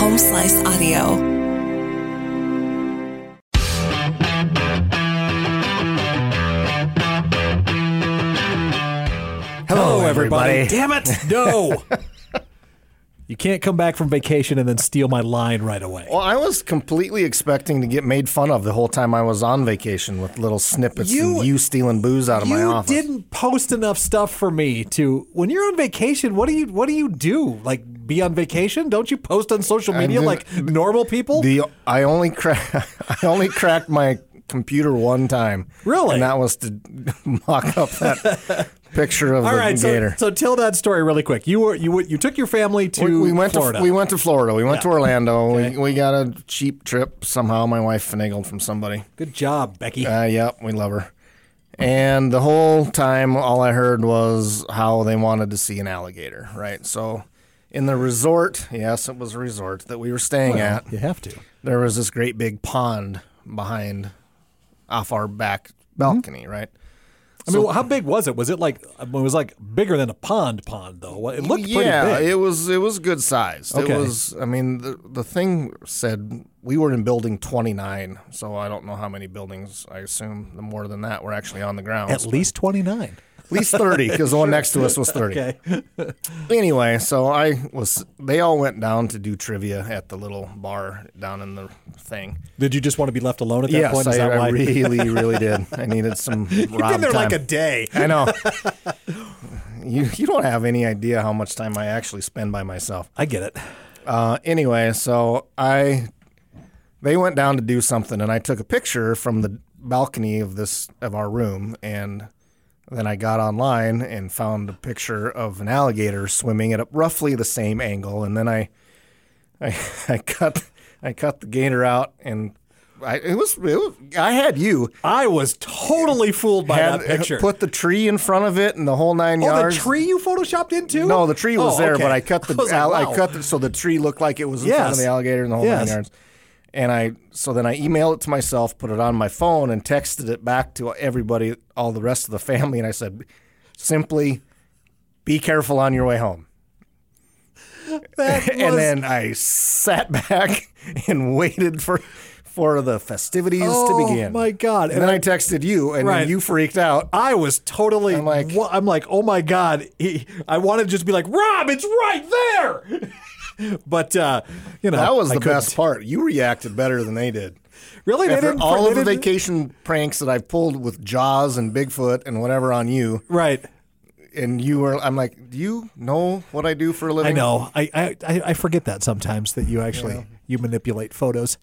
home slice audio. Hello, everybody. Damn it. No. you can't come back from vacation and then steal my line right away. Well, I was completely expecting to get made fun of the whole time I was on vacation with little snippets You- of you stealing booze out of my you office. didn't post enough stuff for me to when you're on vacation what do you what do you do like be on vacation don't you post on social media didn't- like normal people The I only cra- I only cracked my computer one time. Really? And that was to mock up that picture of all the right so, gator. so tell that story really quick you were you were, you took your family to we, we went Florida to we went to Florida. We went to Orlando. Okay. We, we got a cheap trip somehow. My wife finagled from somebody. good job Becky Uh, yep, we love her. And the whole time, all I heard was how they wanted to see an alligator, right? So, in the resort, yes, it was a resort that we were staying at, you have to there was this great big pond behind off our back balcony, Mm-hmm. right? I mean how big was it was it like it was like bigger than a pond pond though it looked yeah, pretty big it was it was good sized. Okay. It was I mean the the thing said we were in building 29, so I don't know how many buildings, I assume the more than that were actually on the ground. at least 29 At least 30 cuz the one next to us was 30. okay Anyway, so I was they all went down to do trivia at the little bar down in the thing. did you just want to be left alone at that yes, point is I, that I why really really did. I needed some you've Rob been there like a time. day I know. you you don't have any idea how much time I actually spend by myself. I get it Uh, anyway, so I they went down to do something, and I took a picture from the balcony of this of our room, and then I got online and found a picture of an alligator swimming at a, roughly the same angle, and then I I, I cut I cut the gator out and. I, it, was, it was. I had you I was totally fooled by had that picture. put the tree in front of it and the whole nine oh, yards. the tree you photoshopped into? No, the tree was Oh, there, okay. but I cut the was like, I, I wow. cut the, so the tree looked like it was in front Yes. of the alligator and the whole Yes. nine yards. And I so then I emailed it to myself, put it on my phone, and texted it back to everybody, all the rest of the family, and I said, simply, be careful on your way home. That was, And then I sat back and waited for for the festivities Oh, to begin. my God. And, And then I, texted you, and Right. then you freaked out. I was totally I'm like- wha- I'm like, oh my god! He, I wanted to just be like, Rob, it's right there. but uh, you know, That was I the couldn't. best part. You reacted better than they did. Really, they After didn't all they of the didn't- vacation pranks that I've pulled with Jaws and Bigfoot and whatever on you, Right. and you were, I'm like, do you know what I do for a living? I know. I, I I I forget that sometimes that you actually you manipulate photos.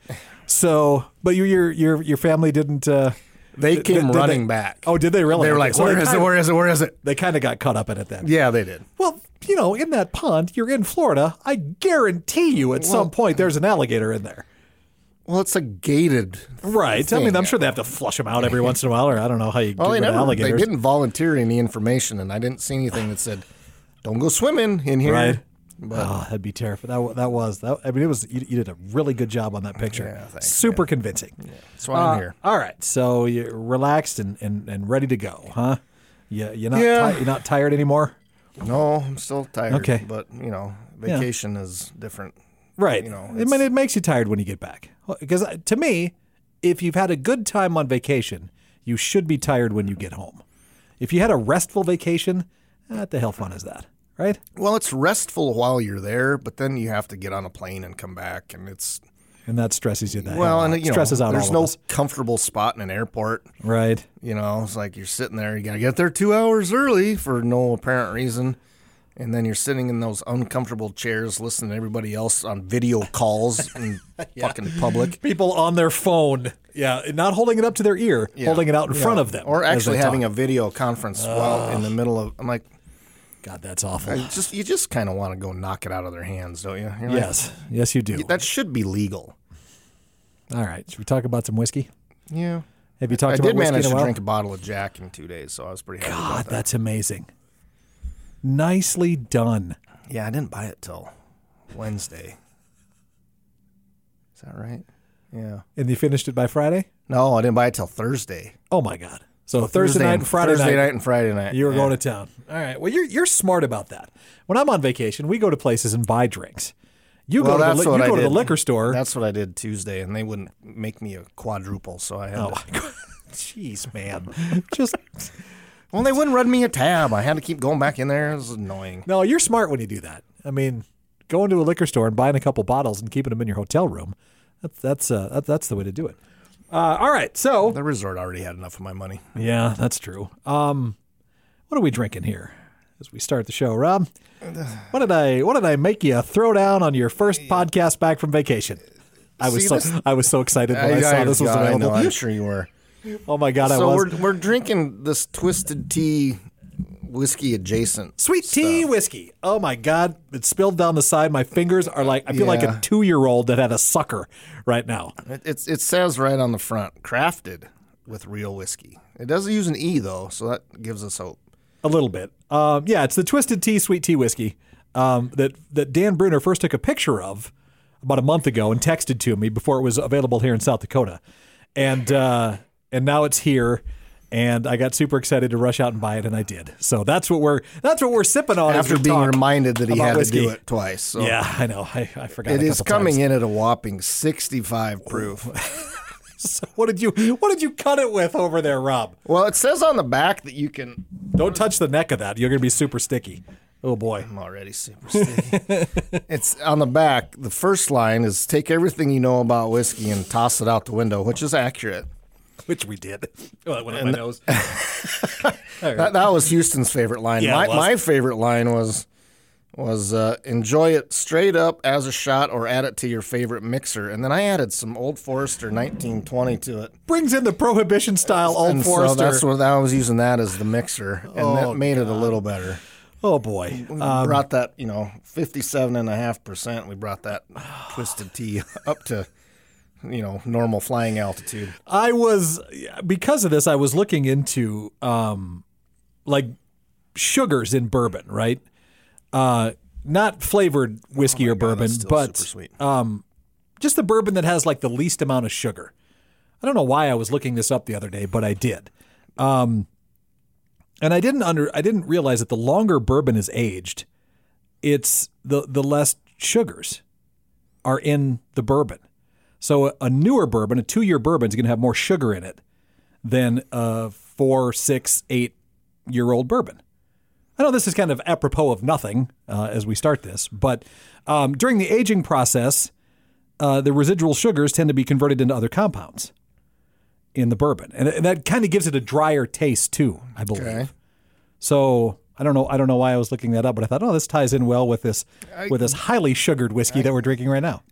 So, but you, your your your family didn't. Uh, They did- came did they- running back. Oh, did they really? They were like, So where is it? kinda- Where is it? Where is it? They kind of got caught up in it then. Yeah, they did. Well, you know, in that pond, you're in Florida. I guarantee you at some point there's an alligator in there. Well, it's a gated. Right. I mean, I'm thing. sure they have to flush them out every once in a while, or I don't know how you Well, they get rid of never. They alligators. didn't volunteer any information, and I didn't see anything that said, "Don't go swimming in here." Right. oh, that'd be terrifying. That, wa- that was, that, I mean, it was, you, you did a really good job on that picture. Yeah, thanks, Super convincing. That's why I'm Uh, here. All right. So you're relaxed and, and, and ready to go, huh? You, you're, not Yeah. ti- you're not tired anymore? No, I'm still tired. Okay. but you know, vacation is different. Right. You know, I mean, it makes you tired when you get back. Because uh, to me, if you've had a good time on vacation, you should be tired when you get home. If you had a restful vacation, eh, what the hell fun is that? Right? Well, it's restful while you're there, but then you have to get on a plane and come back, and it's And that stresses you. the well, hell and out. you know, stresses out there's all no of us. comfortable spot in an airport. Right. You know, it's like you're sitting there, you gotta get there two hours early for no apparent reason, and then you're sitting in those uncomfortable chairs, listening to everybody else on video calls in fucking public, People on their phone. Yeah, not holding it up to their ear, holding it out in front of them. or as actually they having talk. a video conference while in the middle of. I'm like, God, that's awful. I just you just kind of want to go knock it out of their hands, don't you? You're like, yes. Yes, you do. that should be legal. all right. Should we talk about some whiskey? Yeah. Have you talked I about did whiskey manage in a to while? drink a bottle of Jack in two days, so I was pretty happy God, about that. that's amazing. Nicely done. Yeah, I didn't buy it till Wednesday. Is that right? Yeah. And you finished it by Friday? No, I didn't buy it till Thursday. Oh my God! So Thursday, night and Friday Thursday night, night and Friday night. you were Yeah. going to town. All right. Well, you're you're smart about that. When I'm on vacation, we go to places and buy drinks. You Well, go to that's the, li- what you I go to the did. liquor store. That's what I did Tuesday, and they wouldn't make me a quadruple, so I had. oh, To, my God. jeez, man. Just well, they wouldn't run me a tab. I had to keep going back in there. It was annoying. no. You're smart when you do that. I mean, going to a liquor store and buying a couple bottles and keeping them in your hotel room. That's that's uh, that, that's the way to do it. Uh, all right, so The resort already had enough of my money. Yeah, that's true. Um, what are we drinking here as we start the show, Rob? What did I What did I make you throw down on your first podcast back from vacation? I was See, so this- I was so excited when I, saw this was God, I available. know, I'm sure you were. oh my god, I So was we're we're drinking this twisted tea whiskey adjacent. sweet tea whiskey. Oh my god, it spilled down the side. My fingers are like I feel like a Yeah. two year old that had a sucker right now. It, it's it says right on the front, crafted with real whiskey. It doesn't use an e though, so that gives us hope. A little bit. Um, yeah, it's the Twisted Tea Sweet Tea Whiskey um, that that Dan Bruner first took a picture of about a month ago and texted to me before it was available here in South Dakota, and uh, and now it's here. And I got super excited to rush out and buy it, and I did. So that's what we're that's what we're sipping on as After we being talk. reminded that he about had to do whiskey. it twice, so Yeah, I know. I, I forgot. it a is couple coming times. in at a whopping 65 proof. So what did you What did you cut it with over there, Rob? Well, it says on the back that you can. Don't touch the neck of that. You're gonna be super sticky. Oh boy. I'm already super sticky. it's on the back. The first line is take everything you know about whiskey and toss it out the window, which is accurate. which we did. Oh, that went up my nose. That, that was Houston's favorite line. Yeah, my, it was. my favorite line was was uh, enjoy it straight up as a shot or add it to your favorite mixer. And then I added some Old Forester 1920 to it. Brings in the prohibition style Old And so Forester. that's what I was using that as the mixer, and that made it a little better. oh boy, We brought that, you know, 57.5%. We brought that twisted tea up to, you know, normal flying altitude. I was because of this. I was looking into um, like sugars in bourbon, right? Uh, not flavored Oh whiskey or bourbon, Still but super sweet. just the bourbon that has like the least amount of sugar. I don't know why I was looking this up the other day, but I did. Um, and I didn't under I didn't realize that the longer bourbon is aged, it's the the less sugars are in the bourbon. So a, a newer bourbon, a two year bourbon, is going to have more sugar in it than a four, six, eight year old bourbon. I know this is kind of apropos of nothing uh, as we start this, but um, during the aging process, uh, the residual sugars tend to be converted into other compounds in the bourbon, and, and that kind of gives it a drier taste too. I believe. Okay. So I don't know. I don't know why I was looking that up, but I thought, oh, this ties in well with this with this highly sugared whiskey that we're drinking right now.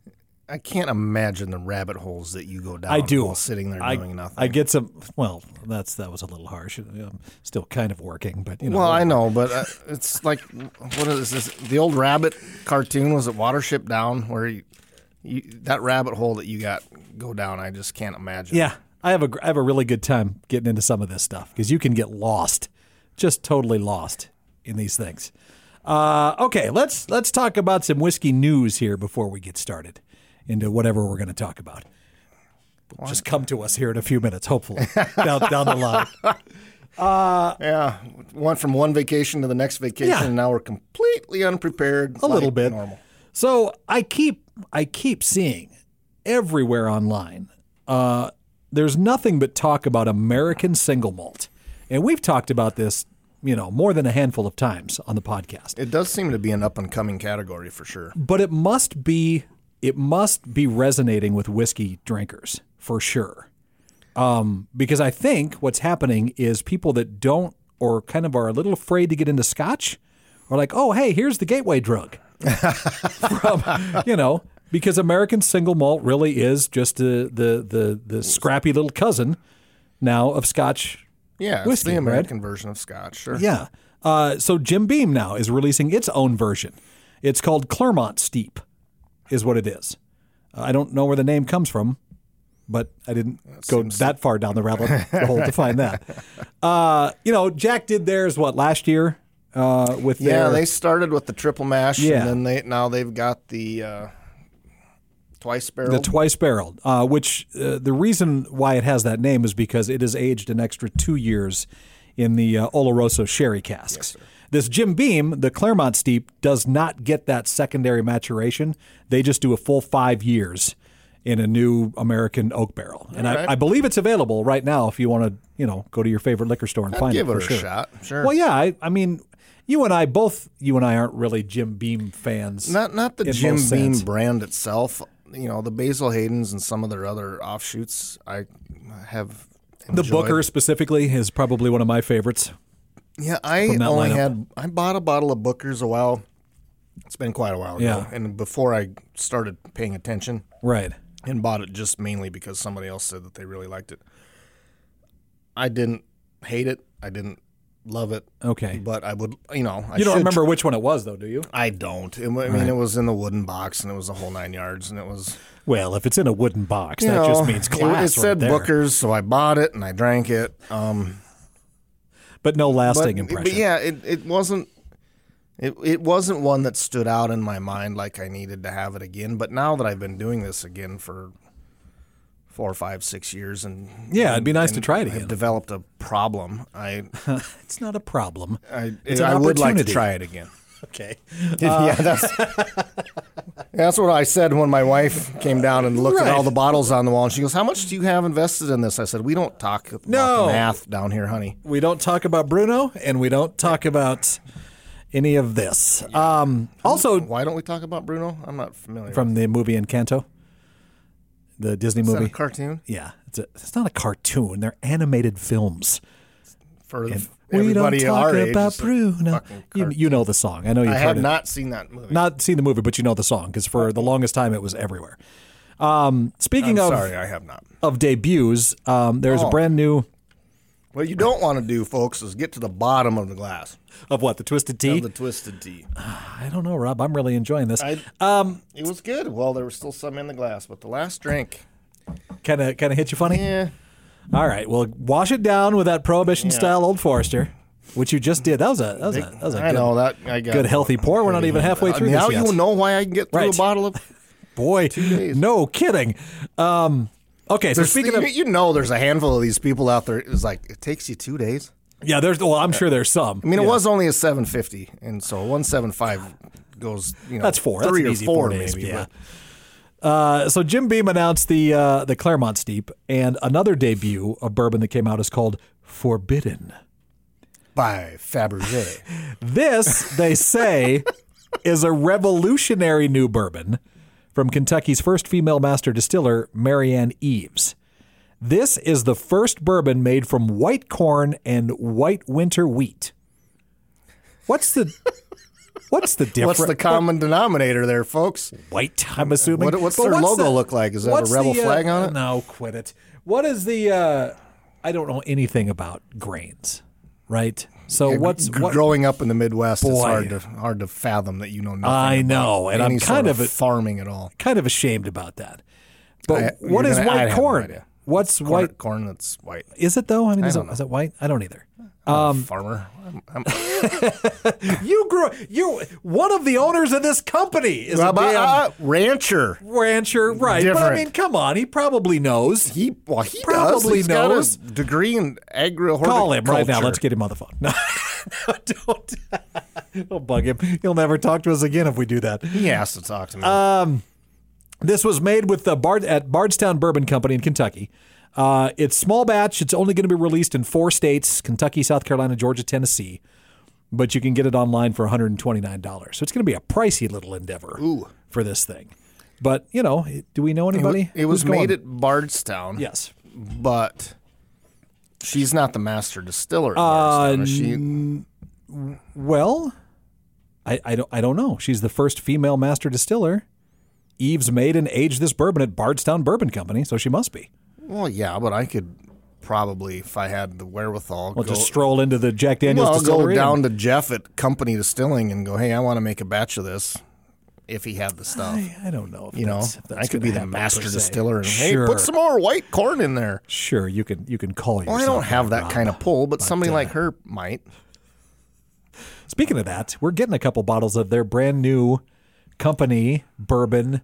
I can't imagine the rabbit holes that you go down I do. while sitting there I, doing nothing. I get some. Well, that's that was a little harsh. I'm still kind of working, but you know. Well, I know, but uh, it's like what is this? The old rabbit cartoon was it Watership Down, where you, you, that rabbit hole that you got go down. I just can't imagine. yeah, I have a gr- I have a really good time getting into some of this stuff because you can get lost, just totally lost in these things. Uh, okay, let's let's talk about some whiskey news here before we get started into whatever we're going to talk about. Just come to us here in a few minutes, hopefully down, down the line. yeah. Went from one vacation to the next vacation, Yeah. and now we're completely unprepared. a little bit normal. So I keep I keep seeing everywhere online. Uh, there's nothing but talk about American single malt, and we've talked about this, you know, more than a handful of times on the podcast. It does seem to be an up and coming category for sure. But it must be it must be resonating with whiskey drinkers for sure, um, because I think what's happening is people that don't or kind of are a little afraid to get into Scotch are like, oh hey, here's the gateway drug. from you know because American single malt really is just the the the, the scrappy little cousin now of Scotch. Yeah, it's Whiskey, the right? American version of Scotch. Sure. Yeah. Uh, so Jim Beam now is releasing its own version. It's called Clermont Steep, is what it is. Uh, I don't know where the name comes from, but I didn't go that far down the rabbit hole to find that. Uh, you know, Jack did theirs what last year uh, with Yeah, their they started with the triple mash, Yeah. and then they now they've got the uh, twice barrel. The twice barreled, uh, which uh, the reason why it has that name is because it is aged an extra two years in the uh, Oloroso sherry casks. This Jim Beam, the Claremont Steep, does not get that secondary maturation. They just do a full five years in a new American oak barrel, and right. I, I believe it's available right now. If you want to, you know, go to your favorite liquor store and find Give it it for a sure. shot. Sure. Well, yeah, I, I mean, you and I both, you and I aren't really Jim Beam fans. Not not the in Jim most Beam sense. brand itself. You know the Basil Hayden's and some of their other offshoots. I have the enjoyed. Booker specifically is probably one of my favorites. Yeah, I that only lineup. had I bought a bottle of Booker's a while. It's been quite a while ago, Yeah. and before I started paying attention, Right. and bought it just mainly because somebody else said that they really liked it. I didn't hate it. I didn't love it, Okay. but I would, you know, I You don't should remember which one it was, though, do you? I don't. It, I mean, it was in the wooden box, and it was a whole nine yards, and it was. Well, if it's in a wooden box, you that just know, means it- class. It, said right there. Booker's, so I bought it and I drank it. Um, but no but, lasting impression. but yeah, it, it wasn't. It, it wasn't one that stood out in my mind like I needed to have it again. But now that I've been doing this again for four, five, six years, and Yeah, it'd be nice to and try it I've again. developed a problem. I it's not a problem. I, It's an I would like to opportunity. try it again. Okay. yeah, that's Uh, that's what I said when my wife came down and looked Right. at all the bottles on the wall. And she goes, "How much do you have invested in this?" I said, "We don't talk about No. the math down here, honey." We don't talk about Bruno, and we don't talk about any of this. Um, also, Why don't we talk about Bruno? I'm not familiar. from the movie Encanto, the Disney with it. Is that movie. a cartoon Yeah, it's, a, it's not a cartoon. They're animated films. for We don't everybody talk our age. about it's a Bruno. fucking You, cartoon. you know the song. I know you've I heard have it. not seen that movie. Not seen the movie, but you know the song because for the longest time it was everywhere. Um, speaking of Sorry, I have not. of debuts, um, there's a Oh. brand new What you don't want to do, folks, is get to the bottom of the glass of what the Twisted Tea. of the twisted tea. I don't know, Rob. I'm really enjoying this. I- Um, It was good. Well, there was still some in the glass, but the last drink, eh. kind of kind of hit you funny. yeah. All right, well, wash it down with that Prohibition style Old Forester, which you just did. That was a that was a that was a I good, know that I got Uh, good healthy pour. We're not even halfway through now this yet. you know why I can get through Right. a bottle of. Boy, no kidding. Um, okay, so speaking you, of you know, there's a handful of these people out there. It's like it takes you two days. yeah, there's well, I'm sure there's some. I mean, it was only a 750, and so 175 goes. You know, That's four. That's three an or easy four, days, maybe. Yeah. but Uh, so Jim Beam announced the uh, the Claremont Steep and another debut of bourbon that came out is called Forbidden. By Fabergé. This they say is a revolutionary new bourbon from Kentucky's first female master distiller, Marianne Eves. This is the first bourbon made from white corn and white winter wheat. What's the What's the difference? What's the common denominator there, folks? white. I'm assuming. What- what's But their logo look like? Is that a what's rebel the, uh, flag on it? No, quit it. What is the? Uh, I don't know anything about grains, right? So what's Gr- what? growing up in the Midwest? It's Boy. hard to hard to fathom that you know nothing. I about know, and any I'm sort kind of farming at all. kind of ashamed about that. But I- what you're is gonna- I white have no corn? idea. what's Corn, white? corn that's white. Is it though? I mean, is, don't it, is it white? I don't either. Um, farmer. I'm- I'm- You grew. You one of the owners of this company is a damn Uh, rancher. rancher, right? But I Different. mean, come on, he probably knows. He well, he Probably does. He's got a knows. degree in agri. Call him right now. Let's get him on the phone. No, no, don't. don't bug him. He'll never talk to us again if we do that. He has to talk to me. Uh, This was made with the Bard at Bardstown Bourbon Company in Kentucky. Uh, it's small batch. It's only going to be released in four states: Kentucky, South Carolina, Georgia, Tennessee. But you can get it online for $129. So it's going to be a pricey little endeavor for this thing. But you know, do we know anybody? it was who's going? made at Bardstown. yes. but she's not the master distiller. Uh, At Bardstown. is she, Well, I, I don't I don't know. She's the first female master distiller. Eve's made and aged this bourbon at Bardstown Bourbon Company, so she must be. well, yeah, but I could probably, if I had the wherewithal, Well, go, just stroll into the Jack Daniel's well, I'll go distillery. and- down to Jeff at Company Distilling and go, "Hey, I want to make a batch of this." If he had the stuff, I don't know. If you know, that's, if that's I could gonna be the happen, master per se. distiller. And, Sure, Hey, put some more white corn in there. sure. You can you can call yourself. Well, I don't have there, that Rob. kind of pull, but somebody like her might. Speaking of that, we're getting a couple bottles of their brand new company bourbon,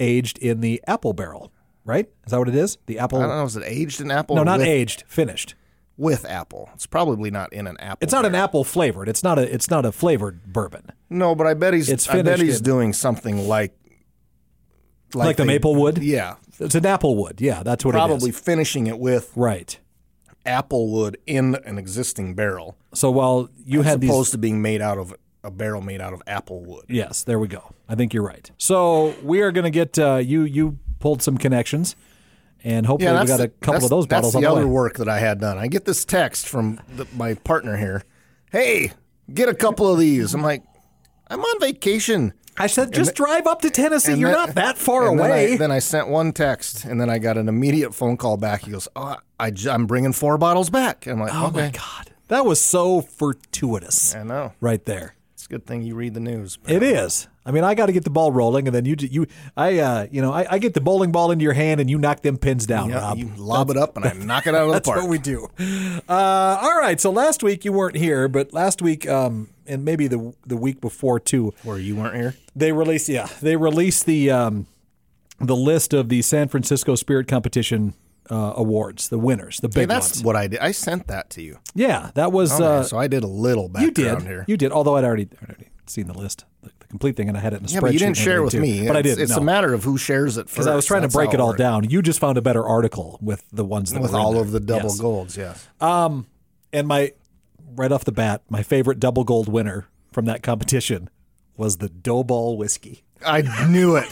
aged in the apple barrel. Right? Is that what it is? The apple? I don't know. Is it aged in apple? no, not with, aged. Finished. with apple. It's probably not in an apple. It's not an barrel. apple flavored. It's not a. It's not a flavored bourbon No, but I bet he's. It's I bet finished he's in- doing something like. like, the they- maple wood. Yeah, It's an apple wood. Yeah, that's what probably it is. finishing it with Right. apple wood in an existing barrel, So while you as had these opposed to being made out of a barrel made out of apple wood. Yes, there we go. I think you're right. So we are going to get uh, you. You pulled some connections, and hopefully we got the- a couple that's- of those bottles That's on the the other way. work that I had done. I get this text from the, my partner here. Hey, get a couple of these. I'm like, I'm on vacation. I said, just drive up to Tennessee. and You're then- not that far And then I- away. Then I, sent one text, and then I got an immediate phone call back. He goes, "Oh, I, am bringing four bottles back." I'm like, oh "Okay, my god, that was so fortuitous, I know." right there. It's a good thing you read the news. It is. I mean, I got to get the ball rolling, and then you, d- you, I, uh, you know, I, I get the bowling ball into your hand, and you knock them pins down, Yeah, Rob. you lob it up, and I knock it out of the That's park. what we do. Uh, all right. So last week you weren't here, but last week, um, and maybe the the week before too, Where you weren't here. They released, yeah, they released the um, the list of the San Francisco Spirit Competition uh, awards, the winners, the big Hey, that's Oh, ones. what I did. I sent that to you, Yeah, that was uh, so I did a little you background did, here. you did. Although I'd already, I'd already seen the list, the, the complete thing, and I had it in a yeah, spreadsheet. but you and didn't share everything, with too. me. But I It's- did. It's no. a matter of who shares it first. because I was trying to That's break how it all works. down. You just found a better article with the ones that with were in all there. of the double Yes. golds. Yes, And my right off the bat, my favorite double gold winner from that competition was the Doughball whiskey. I knew it.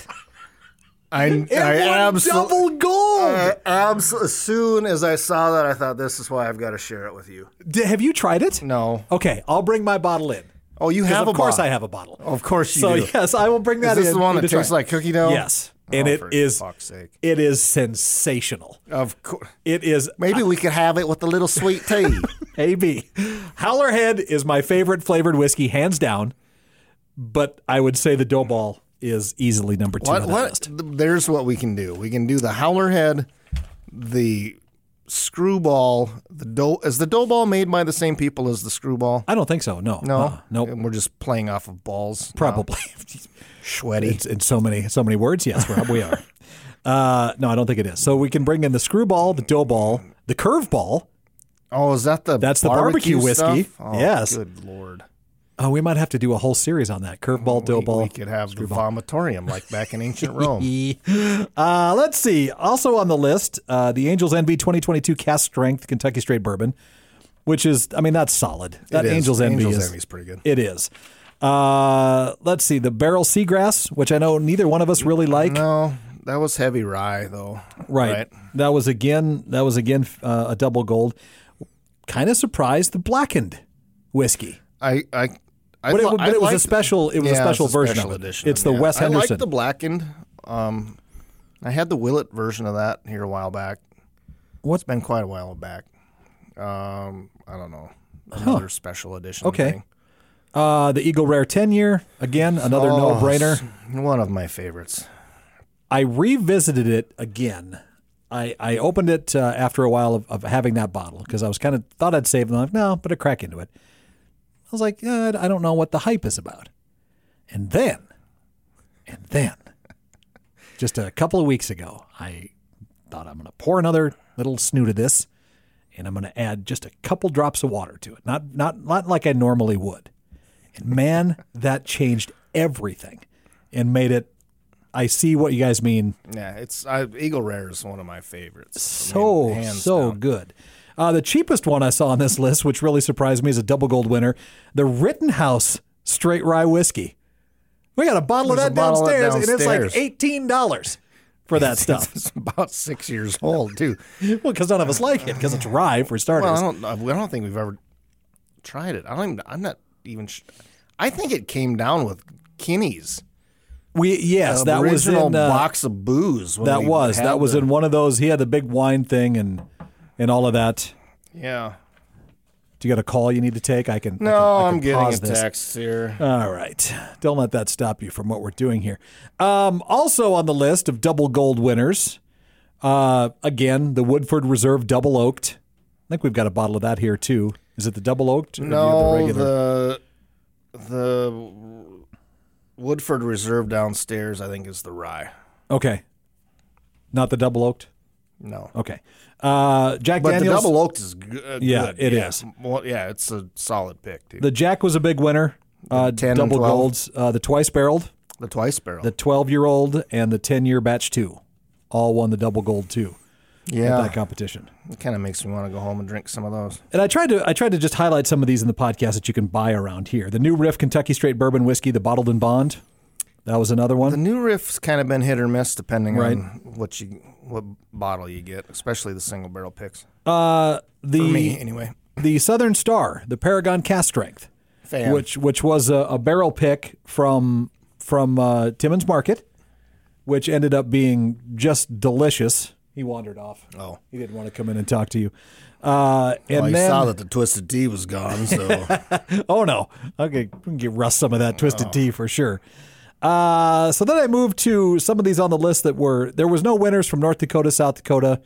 I, I absolutely double gold. I abs- as soon as I saw that, I thought, this is why I've got to share it with you. D- have you tried it? No. Okay, I'll bring my bottle in. Oh, you 'Cause have of a course bottle. I have a bottle. Of course you so do. yes, I will bring that Is in. this the one for you that to try. tastes like cookie dough? Yes, and Oh, it for is. fuck's sake. It is sensational. Of course. It is Maybe we could have it with a little sweet tea. AB. Howlerhead is my favorite flavored whiskey, hands down. But I would say the dough ball is easily number two what? on that What? list. th- There's what we can do. We can do the howler head, the screwball, the dough. Is the dough ball made by the same people as the screwball? I don't think so. No. No. Uh-uh. Nope. And we're just playing off of balls. Probably. Sweaty. It's in so many so many words. Yes, Rob, we are. Uh, no, I don't think it is. So we can bring in the screwball, the dough ball, the curve ball. Oh, is that the That's the barbecue whiskey. stuff? Oh, Yes. Good lord. Oh, we might have to do a whole series on that. Curveball, dough We- ball. E. We could have the vomitorium like back in ancient Rome. Uh, let's see. Also on the list, uh, the Angels NB 2022 Cast Strength Kentucky Straight Bourbon, which is, I mean, that's solid. That It is. Angels Envy Angel's is, Envy's pretty good. It is. Uh, let's see. The Barrel Seagrass, which I know neither one of us really like. No, that was heavy rye though. right. That was again. That was again uh, a double gold. Kind of surprised the blackened whiskey, I I I but it, thought- but I it was a liked- special. It yeah, was a special version special of it. edition It's the yeah. Wes I Henderson. like the blackened. Um, I had the Willet version of that here a while back. What- It's been quite a while back. Um, I don't know. Another special edition. Okay. Uh, the Eagle Rare 10 year, again, another Oh, no brainer. thing. One of my favorites. I revisited it again. I, I opened it uh, after a while of, of having that bottle because I was kind of thought I'd save it. and I'm like, no, but a crack into it. I was like, yeah, I don't know what the hype is about. And then, and then, just a couple of weeks ago, I thought I'm going to pour another little snoot of this, and I'm going to add just a couple drops of water to it. Not not not like I normally would. And man, that changed everything, and made it. I see what you guys mean. Yeah, it's I, Eagle Rare is one of my favorites. I So mean, hands so down. good. Uh, the cheapest one I saw on this list, which really surprised me, is a double gold winner, the Rittenhouse Straight Rye Whiskey. We got a bottle There's of a that bottle of downstairs, and downstairs. it's like eighteen dollars for that stuff. It's about six years old too. Well, because none of us like it, because it's rye for starters. Well, I don't. I don't think we've ever tried it. I don't. Even, I'm not even. Sh- I think it came down with Kinney's we yes, the that was in original uh, box of booze. when that we was had that was the- in one of those. He had the big wine thing and and all of that. Yeah. Do you got a call you need to take? I can. I No, can- I I'm can getting pause a this. text here. All right. Don't let that stop you from what we're doing here. Um, also on the list of double gold winners, uh, again, the Woodford Reserve Double Oaked. I think we've got a bottle of that here, too. Is it the Double Oaked? or do you have the No, regular? the the Woodford Reserve downstairs. I think is the rye. Okay. Not the Double Oaked? No. Okay. Uh, Jack Oh, But Daniels. the double oaked is g- uh, Yeah, good. it yeah. is. Well, yeah, it's a solid pick, dude. The, the Jack was a big winner. Uh, 10 and double 12. golds. Uh, the twice barreled, twice barrel. the 12 year old, and the 10 year batch two all won the double gold too at yeah, that competition. it kind of makes me want to go home and drink some of those. And I tried to I tried to just highlight some of these in the podcast that you can buy around here. The new Riff Kentucky Straight Bourbon Whiskey, the Bottled and Bond. That was another one. The new riff's kind of been hit or miss depending Right. on what you what bottle you get, especially the single barrel picks. Uh, the For me, anyway. the Southern Star, the Paragon Cast Strength, Fan. which which was a, a barrel pick from from uh, Timmins Market, which ended up being just delicious. He wandered off. Oh. he didn't want to come in and talk to you. Uh, and Well, you then saw that the twisted tea was gone, so oh no, okay, we can get Russ some of that twisted tea for sure. Uh, so then I moved to some of these on the list that were there was no winners from North Dakota, South Dakota,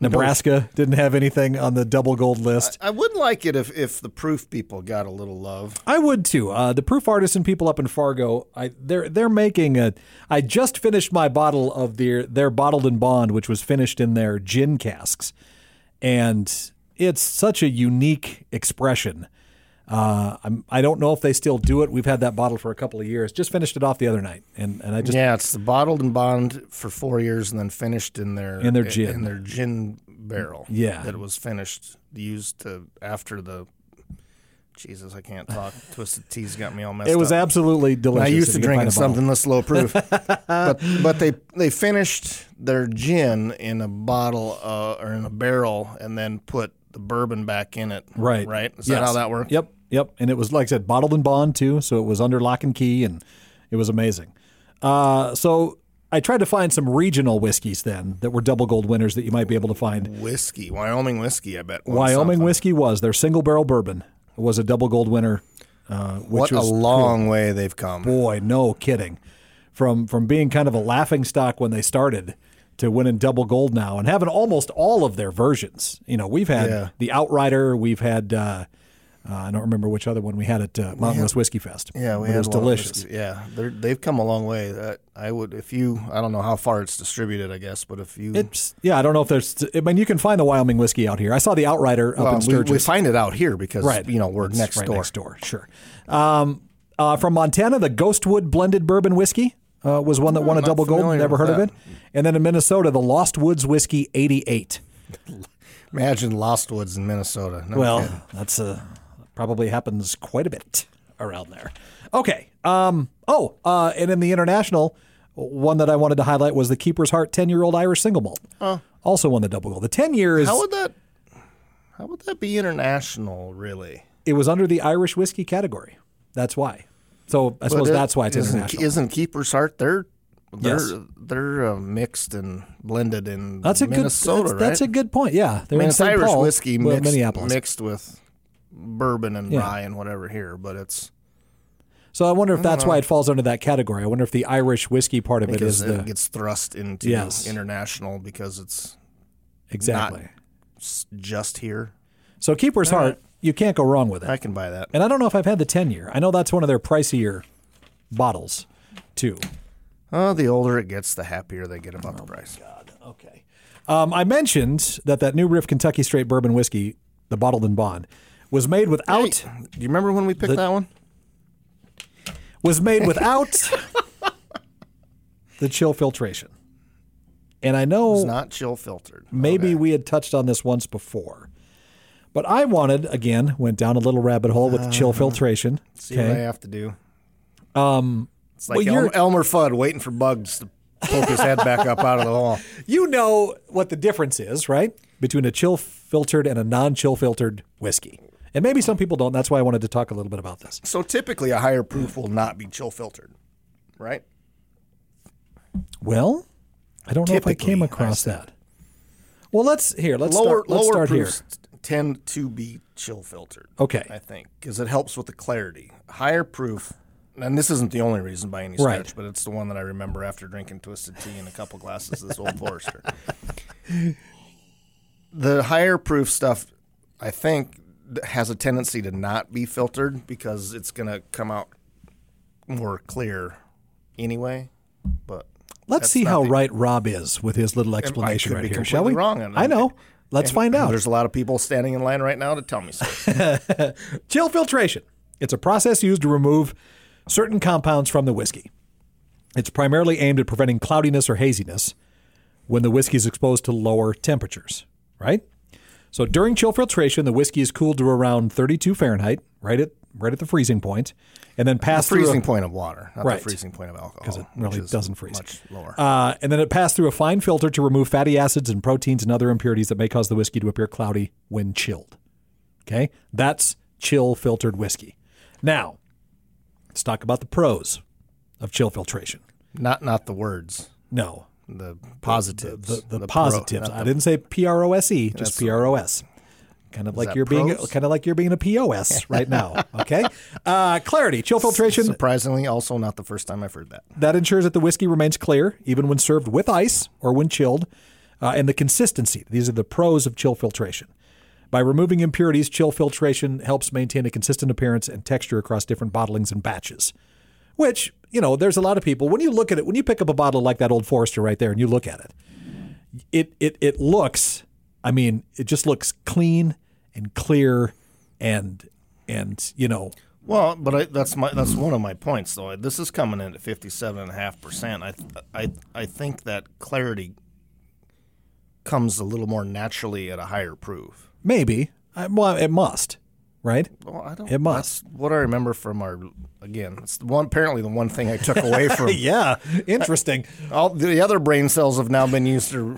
Nebraska didn't have anything on the double gold list. I would like it if if the proof people got a little love. I would too. Uh, the proof artisan people up in Fargo, I, they're they're making a. I just finished my bottle of their their bottled and bond, which was finished in their gin casks, and it's such a unique expression. Uh, I'm, I don't know if they still do it. We've had that bottle for a couple of years. Just finished it off the other night, and and I just yeah, it's the bottled and bond for four years, and then finished in their In their gin. in their gin barrel. Yeah. that was finished used to after the. Jesus, I can't talk. Twisted tea's got me all messed it was up. absolutely delicious. I used if to you can find drinking a bottle. something that's low proof, but but they they finished their gin in a bottle uh, or in a barrel, and then put the bourbon back in it. Right. right. Is that Yes. how that worked? Yep. Yep. And it was, like I said, bottled and bond too. So it was under lock and key and it was amazing. Uh, so I tried to find some regional whiskeys then that were double gold winners that you might be able to find. Whiskey, Wyoming whiskey. I bet won Mm. Wyoming something. whiskey was their single barrel bourbon was a double gold winner. Uh, What which a was, long way they've come. boy, no kidding. From, from being kind of a laughing stock when they started to winning double gold now and having almost all of their versions. You know, we've had Yeah. the Outrider, we've had, uh, uh, I don't remember which other one we had at uh, Mountain West Whiskey Fest. Yeah, we But had it was a lot of delicious. whiskey. Yeah, they're, they've come a long way. That I would, if you, I don't know how far it's distributed, I guess, but if you, It's, yeah, I don't know if there's. I mean, you can find the Wyoming whiskey out here. I saw the Outrider up well, in um, we, Sturgis. we find it out here because right, you know we're It's next right door. Next door, sure. Um, uh, from Montana, the Ghostwood blended bourbon whiskey uh, was one that won a not double gold. Oh, familiar Never with heard of that. it. And then in Minnesota, the Lost Woods whiskey '88. Imagine Lost Woods in Minnesota. No Well, kidding. that's uh probably happens quite a bit around there. Okay. Um. Oh, uh, and in the international, one that I wanted to highlight was the Keeper's Heart 10 year old Irish single malt. Also won the double gold. The 10 year is, how would that, how would that be international, really? it was under the Irish whiskey category. That's why. So I suppose But it- that's why it's isn't, international. Isn't Keeper's Heart they're they're Yes. they're uh, mixed and blended in that's a Minnesota, good, that's, right? that's a good point. Yeah. They're I mean, in it's St. Irish Paul, whiskey well, mixed, Minneapolis. mixed with bourbon and Yeah. rye and whatever here, but it's. So I wonder if that's why it falls under that category. I wonder if the Irish whiskey part of it because is it the, gets thrust into Yes. international because it's exactly. s- just here. so Keeper's Heart, you can't go wrong with it. I can buy that. And I don't know if I've had the 10 year. I know that's one of their pricier bottles, too. Oh, the older it gets, the happier they get about the price. Okay. Um, I mentioned that that new Riff Kentucky Straight Bourbon Whiskey, the bottled and bond, was made without Do you remember when we picked that one? was made without the chill filtration. And I know It's not chill filtered. Maybe Okay. we had touched on this once before. But I wanted, again, went down a little rabbit hole with chill filtration. Uh-huh. See what I have to do. Um, it's like well, El- you're- Elmer Fudd waiting for Bugs to poke his head back up out of the wall. You know what the difference is, right? Between a chill filtered and a non chill filtered whiskey. And maybe some people don't. That's why I wanted to talk a little bit about this. So typically, a higher proof will not be chill filtered, right? Well, I don't know if I came Typically, I across that. Well, let's here. Let's Lower start, let's lower start here. proofs tend to be chill filtered. Okay. I think, because it helps with the clarity. Higher proof, and this isn't the only reason by any stretch, Right. but it's the one that I remember after drinking Twisted Tea and a couple glasses of this Old Forester. The higher proof stuff, I think, th- has a tendency to not be filtered because it's going to come out more clear anyway. But Let's see not how the- right Rob is with his little explanation could right be here, shall we? completely wrong on I that. know. Let's find out. There's a lot of people standing in line right now to tell me so. Chill filtration. It's a process used to remove certain compounds from the whiskey. It's primarily aimed at preventing cloudiness or haziness when the whiskey is exposed to lower temperatures, right? So during chill filtration, the whiskey is cooled to around 32 Fahrenheit, right at right at the freezing point, and then passed through a- freezing point of water, not Right. the freezing point of alcohol. because it really which is doesn't freeze. Much lower. Uh, and then it passed through a fine filter to remove fatty acids and proteins and other impurities that may cause the whiskey to appear cloudy when chilled. Okay, that's chill filtered whiskey. Now, let's talk about the pros of chill filtration. not not the words, No, the positives. the, pro- the, positives. I didn't say P R O S E, just P R O S. Kind of like that you're being pros? kind of like you're being a POS right now. Okay, uh, clarity, chill filtration. surprisingly, also not the first time I've heard that. That ensures that the whiskey remains clear, even when served with ice or when chilled, uh, and the consistency. These are the pros of chill filtration. By removing impurities, chill filtration helps maintain a consistent appearance and texture across different bottlings and batches. Which, you know, there's a lot of people, when you look at it, when you pick up a bottle like that old Forester right there and you look at it, it it it looks I mean, it just looks clean and clear and and you know Well, but I, that's my that's one of my points though. This is coming in at fifty seven and a half percent. I th- I I think that clarity comes a little more naturally at a higher proof. maybe. I, well, it must, right? Well, I don't. It must. That's what I remember from our again. It's the one apparently the one thing I took away from Yeah, interesting. all the other brain cells have now been used to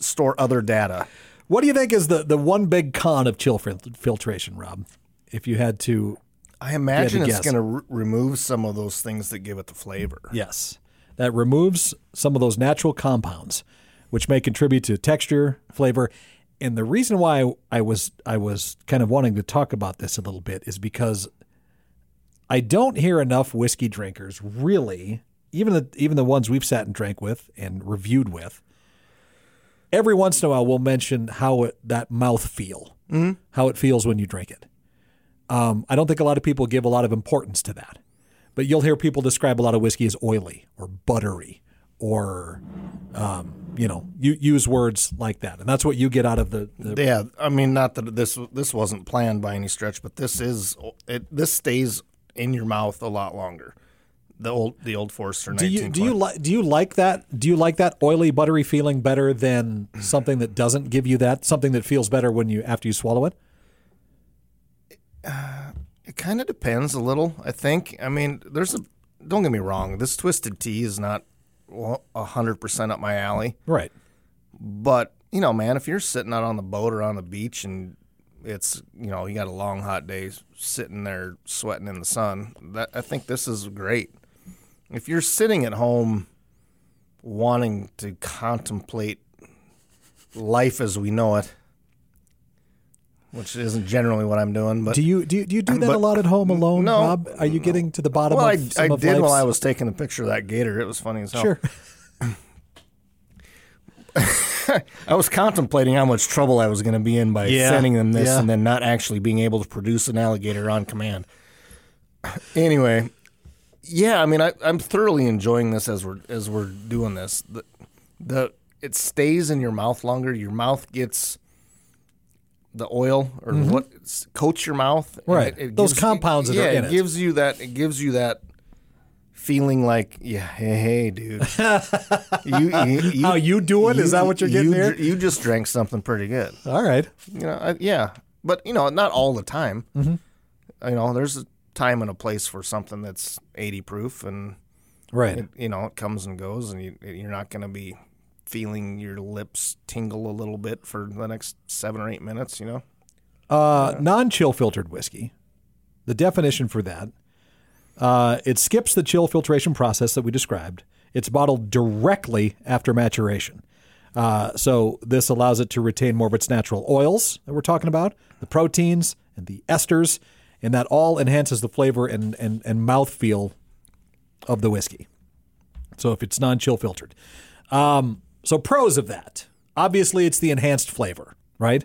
store other data. What do you think is the, the one big con of chill fil- filtration, Rob? If you had to, I imagine it's guess. going to re- remove some of those things that give it the flavor. yes, that removes some of those natural compounds, which may contribute to texture, flavor, and the reason why I, I was I was kind of wanting to talk about this a little bit is because I don't hear enough whiskey drinkers really, even the even the ones we've sat and drank with and reviewed with. Every once in a while, we'll mention how it, that mouth feel, how it feels when you drink it. Um, I don't think a lot of people give a lot of importance to that, but you'll hear people describe a lot of whiskey as oily or buttery or, um, you know, you use words like that, and that's what you get out of the. the Yeah, I mean, not that this this wasn't planned by any stretch, but this is it. This stays in your mouth a lot longer. The old the old Forester. do you do you like do you like that do you like that oily buttery feeling better than something that doesn't give you that something that feels better when you after you swallow it? It kind of depends a little. I think. I mean, there's a. Don't get me wrong. This twisted tea is not hundred percent up my alley. Right. But you know, man, if you're sitting out on the boat or on the beach and it's you know you got a long hot day sitting there sweating in the sun, that I think this is great. If you're sitting at home wanting to contemplate life as we know it, which isn't generally what I'm doing, but Do you do you, do you do that a But- lot at home alone, no, Rob? Are you getting to the bottom well, I, of some I of did life's while I was taking a picture of that gator. It was funny as hell. Sure. I was contemplating how much trouble I was going to be in by Yeah, sending them this yeah. and then not actually being able to produce an alligator on command. anyway, yeah, I mean, I, I'm thoroughly enjoying this as we're as we're doing this. The, the it stays in your mouth longer. Your mouth gets the oil or what coats your mouth. and Mm-hmm. Right. Those compounds that are yeah, in it it. gives you that. It gives you that. Feeling like, yeah, hey, hey dude. you, you, you, How you doing? Is that what you're getting you, there? dr- You just drank something pretty good. All right. You know, I, yeah, but you know, not all the time. Mm-hmm. You know, there's a time and a place for something that's 80 proof, and Right. you know, it comes and goes, and you, you're not going to be feeling your lips tingle a little bit for the next seven or eight minutes. You know, Uh, non-chill filtered whiskey. The definition for that, uh, it skips the chill filtration process that we described. It's bottled directly after maturation. Uh, so this allows it to retain more of its natural oils that we're talking about, the proteins and the esters, and that all enhances the flavor and and and mouthfeel of the whiskey. So if it's non-chill filtered, um, so pros of that, obviously it's the enhanced flavor, right?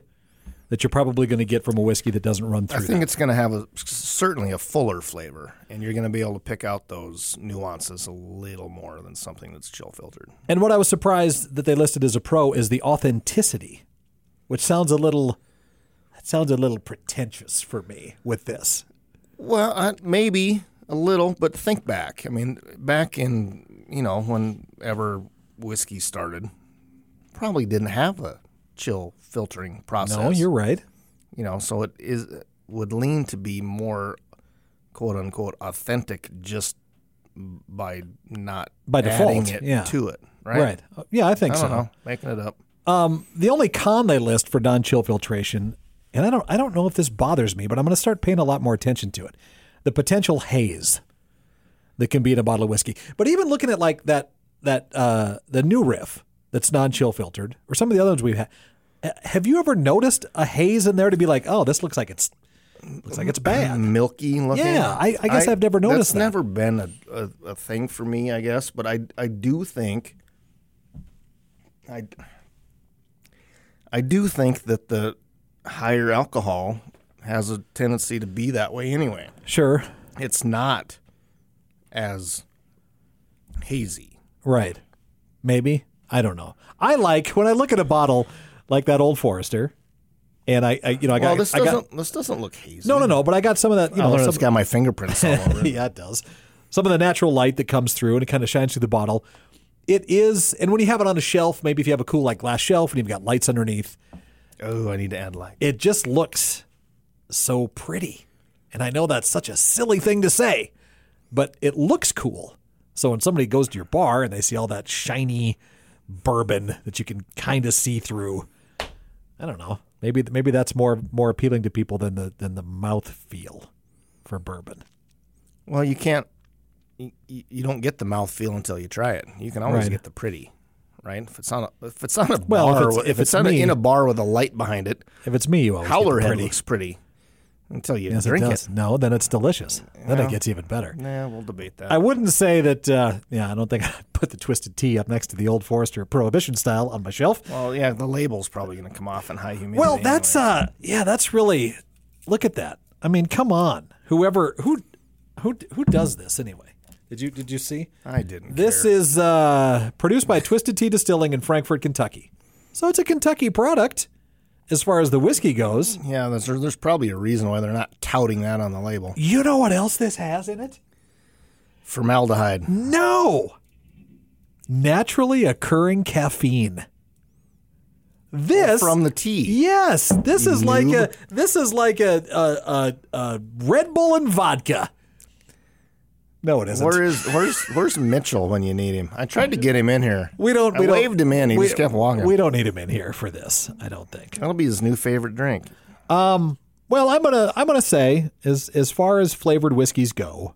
that you're probably going to get from a whiskey that doesn't run I through. think it's going to have a, certainly a fuller flavor, and you're going to be able to pick out those nuances a little more than something that's chill filtered. And what I was surprised that they listed as a pro is the authenticity, which sounds a little that sounds a little pretentious for me with this. Well, uh, maybe a little, but think back. I mean, back in you know whenever whiskey started, probably didn't have a chill filtering process. No, you're right. you know, so it is would lean to be more quote unquote authentic just by not By adding default, it yeah. to it, right? Right. Yeah, I think I so. don't know, making it up. Um, the only con they list for non-chill filtration, and I don't, I don't know if this bothers me, but I'm going to start paying a lot more attention to it. The potential haze that can be in a bottle of whiskey. But even looking at like that, that uh, the new riff that's non-chill filtered, or some of the other ones we've had. uh, Have you ever noticed a haze in there to be like, oh, this looks like it's looks like it's Mm-hmm. bad? milky looking. Yeah, I- I guess I've never that's noticed that. never been a, a, a thing for me, I guess. But I I do think I I do think that the higher alcohol has a tendency to be that way anyway. Sure, It's not as hazy. Right. Maybe. I don't know. I like when I look at a bottle like that old Forester and I, I you know, I Well, got, this I got doesn't this doesn't look hazy. no, no, no, but I got some of that, you know, Although some, it's got my fingerprints all over it. yeah, it does. Some of the natural light that comes through and it kind of shines through the bottle. It is, and when you have it on a shelf, maybe if you have a cool like glass shelf and you've got lights underneath, Oh, I need to add light. it just looks so pretty. And I know that's such a silly thing to say, but it looks cool. So when somebody goes to your bar and they see all that shiny bourbon that you can kind of see through, I don't know. Maybe maybe that's more more appealing to people than the than the mouth feel for bourbon. Well, you can't. You, you don't get the mouth feel until you try it. You can always Right. get the pretty, right? If it's on a if it's on a Well, if bar, it's- with- if it's on a- me- in a bar with a light behind it, If it's me, you always get the howler head pretty. looks pretty until you Yes, it drink it. does. No, then it's delicious. Then it gets even better. Nah, we'll debate that. I wouldn't say that. Uh, yeah, I don't think I'd put the twisted tea up next to the old Forester Prohibition style on my shelf. well, yeah, the label's probably going to come off in high humidity. Well, that's anyway. uh, yeah, that's really. Look at that. I mean, come on, whoever who, who who does this anyway? Did you did you see? I didn't. This is uh, produced by Twisted Tea Distilling in Frankfort, Kentucky. So it's a Kentucky product, as far as the whiskey goes. yeah, there's there's probably a reason why they're not touting that on the label. You know what else this has in it? Formaldehyde. No. Naturally occurring caffeine. This From the tea. Yes, this is like a noob. this is like a a, a a Red Bull and vodka. No, it isn't. Where is where's where's Mitchell when you need him? I tried to get him in here. Uh, we don't. I We don't- waved him in. He we- just kept walking. We don't need him in here for this. I don't think. That'll be his new favorite drink. Well, I'm gonna I'm gonna say as as far as flavored whiskeys go,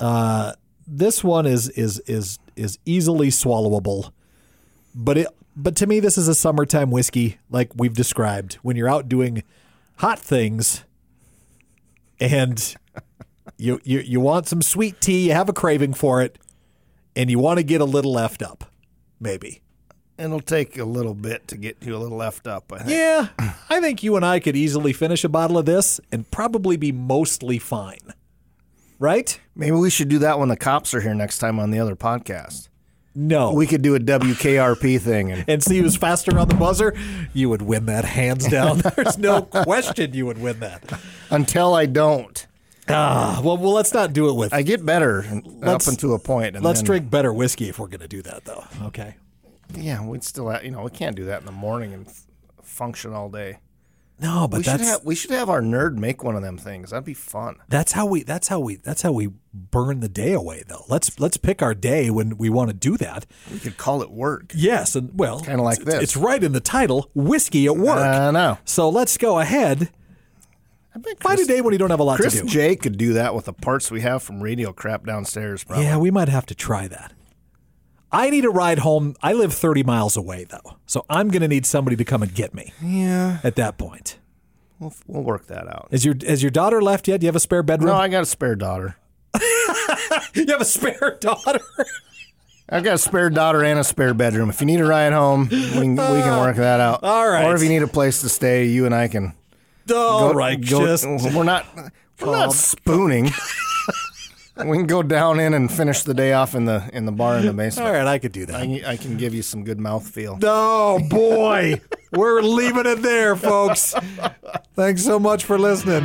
uh, this one is is is is easily swallowable, but it but to me this is a summertime whiskey like we've described when you're out doing hot things, and you you you want some sweet tea, you have a craving for it, and you want to get a little left up, maybe. It'll take a little bit to get you a little left up. I think. Yeah, I think you and I could easily finish a bottle of this and probably be mostly fine. Right? Maybe we should do that when the cops are here next time on the other podcast. No. We could do a WKRP thing and and see who's faster on the buzzer, you would win that hands down. There's no question you would win that. until I don't. Ah, well, well, let's not do it with. I get better Let's- up until a point. And let's then- drink better whiskey if we're going to do that, though. Okay. Yeah, we'd still, have, you know, we can't do that in the morning and f- function all day. No, but We should, that's have, we should have our nerd make one of them things. That'd be fun. that's how we that's how we that's how we burn the day away, though. Let's let's pick our day when we want to do that. We could call it work. Yes, and well, Kinda like it's- this. It's right in the title, whiskey at work. I know. So let's go ahead. I bet Find a Chris, day when you don't have a lot Chris to do. J could do that with the parts we have from radio crap downstairs, probably. yeah, we might have to try that. I need a ride home. I live 30 miles away, though. So I'm going to need somebody to come and get me Yeah. at that point. We'll, we'll work that out. Is your has your daughter left yet? Do you have a spare bedroom? No, I got a spare daughter. Oh, You have a spare daughter. I've got a spare daughter and a spare bedroom. If you need a ride home, we can, we can work that out. Uh, all right. Or if you need a place to stay, you and I can. All right, just we're not we're not spooning. we can go down in and finish the day off in the in the bar in the all basement. right. I could do that. I, I can give you some good mouth feel. Oh boy, we're leaving it there, folks. Thanks so much for listening.